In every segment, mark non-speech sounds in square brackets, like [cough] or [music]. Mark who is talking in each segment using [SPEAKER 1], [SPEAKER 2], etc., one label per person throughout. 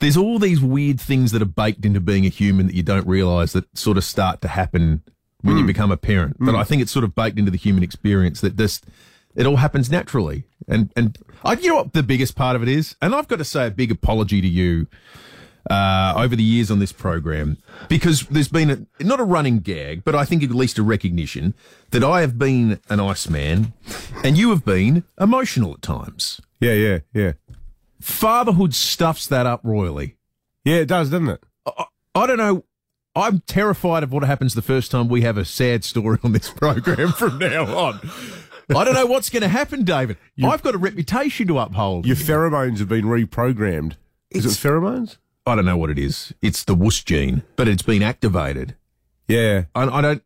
[SPEAKER 1] there's all these weird things that are baked into being a human that you don't realize that sort of start to happen when you become a parent. But I think it's sort of baked into the human experience that just it all happens naturally. And and I, you know what the biggest part of it is, and I've got to say a big apology to you uh, over the years on this program because there's been a, not a running gag, but I think at least a recognition that I have been an Iceman and you have been emotional at times.
[SPEAKER 2] Yeah, yeah, yeah.
[SPEAKER 1] Fatherhood stuffs that up royally.
[SPEAKER 2] Yeah, it does, doesn't it?
[SPEAKER 1] I, I don't know. I'm terrified of what happens the first time we have a sad story on this program [laughs] from now on. I don't know what's going to happen, David. I've got a reputation to uphold.
[SPEAKER 2] Your pheromones have been reprogrammed. Is
[SPEAKER 1] It's-
[SPEAKER 2] it pheromones?
[SPEAKER 1] I don't know what it is. It's the wuss gene, but it's been activated.
[SPEAKER 2] Yeah.
[SPEAKER 1] I, I don't.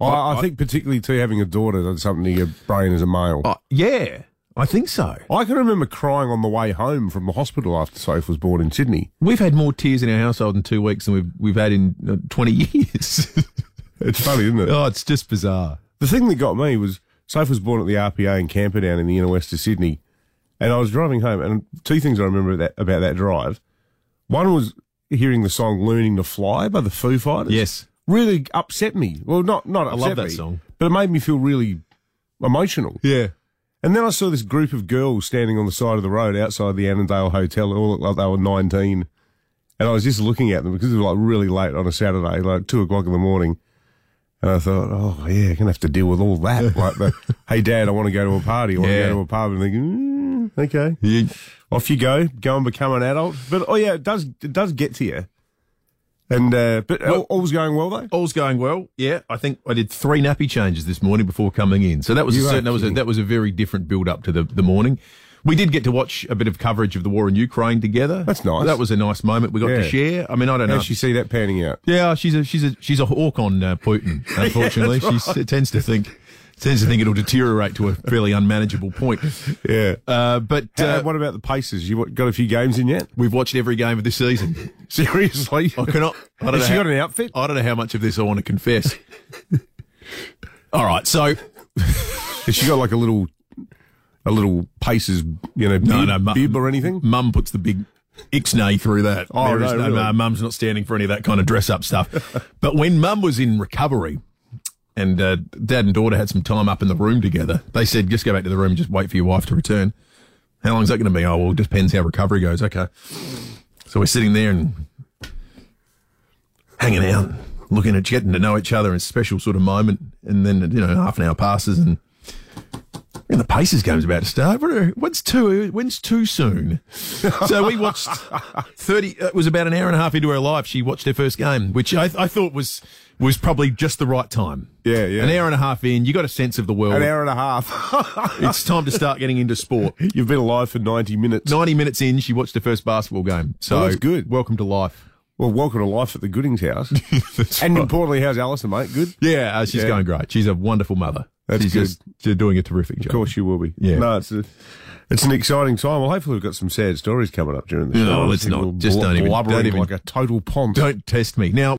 [SPEAKER 2] I, I, think particularly too having a daughter that's something to your brain as a male.
[SPEAKER 1] I, yeah, I think so.
[SPEAKER 2] I can remember crying on the way home from the hospital after Soph was born in Sydney.
[SPEAKER 1] We've had more tears in our household in two weeks than we've we've had in uh, twenty [laughs] years.
[SPEAKER 2] It's funny, isn't it?
[SPEAKER 1] oh, it's just bizarre.
[SPEAKER 2] The thing that got me was Soph was born at the RPA in Camperdown in the inner west of Sydney, and I was driving home. And two things I remember that, about that drive: one was hearing the song "Learning to Fly" by the Foo Fighters.
[SPEAKER 1] Yes.
[SPEAKER 2] really upset me. Well, not not upset
[SPEAKER 1] love that
[SPEAKER 2] me,
[SPEAKER 1] song.
[SPEAKER 2] but it made me feel really emotional.
[SPEAKER 1] Yeah.
[SPEAKER 2] And then I saw this group of girls standing on the side of the road outside the Annandale Hotel. It all looked like they were 19. And I was just looking at them because it was like really late on a Saturday, like two o'clock in the morning. And I thought, oh, yeah, I'm going to have to deal with all
[SPEAKER 1] [laughs]
[SPEAKER 2] that. Like, the, hey, Dad, I want to go to a party. I want
[SPEAKER 1] Yeah.
[SPEAKER 2] to go to a pub. And thinking, mm, okay,
[SPEAKER 1] You,
[SPEAKER 2] off you go. Go and become an adult. But, oh, yeah, it does, it does get to you. And, uh, but all, all's going well, though.
[SPEAKER 1] all's going well. Yeah, I think I did three nappy changes this morning before coming in. So that was a
[SPEAKER 2] You are
[SPEAKER 1] certain, that was a,
[SPEAKER 2] kidding.
[SPEAKER 1] that was a very different build up to the the morning. We did get to watch a bit of coverage of the war in Ukraine together.
[SPEAKER 2] That's nice.
[SPEAKER 1] That was a nice moment we got to
[SPEAKER 2] Yeah.
[SPEAKER 1] share. I mean, I don't know.
[SPEAKER 2] How'd you see that panning out?
[SPEAKER 1] Yeah, she's a she's a she's a hawk on uh,
[SPEAKER 2] [laughs]
[SPEAKER 1] Putin. Unfortunately, she tends to think tends to think it'll deteriorate to a fairly unmanageable point.
[SPEAKER 2] [laughs] Yeah.
[SPEAKER 1] Uh, but
[SPEAKER 2] Uh,
[SPEAKER 1] uh,
[SPEAKER 2] what about the paces? You got a few games in yet? [laughs]
[SPEAKER 1] we've watched every game of this season.
[SPEAKER 2] Seriously?
[SPEAKER 1] I cannot. I don't
[SPEAKER 2] Has
[SPEAKER 1] know
[SPEAKER 2] she
[SPEAKER 1] how-
[SPEAKER 2] got an outfit?
[SPEAKER 1] I don't know how much of this I want to confess. [laughs] All right, so
[SPEAKER 2] Has she got like a little, a little paces, you know, bib,
[SPEAKER 1] No, no, mu-
[SPEAKER 2] bib or anything?
[SPEAKER 1] Mum puts the big ixnay through that.
[SPEAKER 2] Oh,
[SPEAKER 1] There is
[SPEAKER 2] no, really?
[SPEAKER 1] uh, Mum's not standing for any of that kind of dress up
[SPEAKER 2] [laughs]
[SPEAKER 1] stuff. but when Mum was in recovery, and uh, Dad and daughter had some time up in the room together, they said, "Just go back to the room and just wait for your wife to return." How long's that going to be? Oh, well, it depends how recovery goes. Okay, so we're sitting there and hanging out, looking at getting to know each other in a special sort of moment, and then you know half an hour passes and. And the Pacers game's about to start. What are- When's too? When's too
[SPEAKER 2] [laughs]
[SPEAKER 1] soon? So we watched thirty. It was about an hour and a half into her life. She watched her first game, which I, I thought was was probably just the right time.
[SPEAKER 2] Yeah, yeah.
[SPEAKER 1] An hour and a half in, you got a sense of the world.
[SPEAKER 2] An hour and a half. [laughs]
[SPEAKER 1] It's time to start getting into sport.
[SPEAKER 2] You've been alive for 90 minutes.
[SPEAKER 1] Ninety minutes in, she watched her first basketball game. So
[SPEAKER 2] Well, that's good.
[SPEAKER 1] Welcome to life.
[SPEAKER 2] Well, welcome to life at the Goodings house.
[SPEAKER 1] [laughs] That's
[SPEAKER 2] and
[SPEAKER 1] right.
[SPEAKER 2] importantly, how's Alison, mate? Good? Of
[SPEAKER 1] yeah, uh, she's
[SPEAKER 2] Yeah.
[SPEAKER 1] going great. She's a wonderful mother.
[SPEAKER 2] That's
[SPEAKER 1] she's
[SPEAKER 2] good.
[SPEAKER 1] just she's doing a terrific job.
[SPEAKER 2] course you will be.
[SPEAKER 1] Yeah.
[SPEAKER 2] No, it's a, it's an exciting time. Well, hopefully we've got some sad stories coming up during the show.
[SPEAKER 1] No, let's
[SPEAKER 2] People
[SPEAKER 1] not. Just
[SPEAKER 2] blu-
[SPEAKER 1] don't even-
[SPEAKER 2] blubbering
[SPEAKER 1] don't even-
[SPEAKER 2] like a total pomp.
[SPEAKER 1] Don't test me now.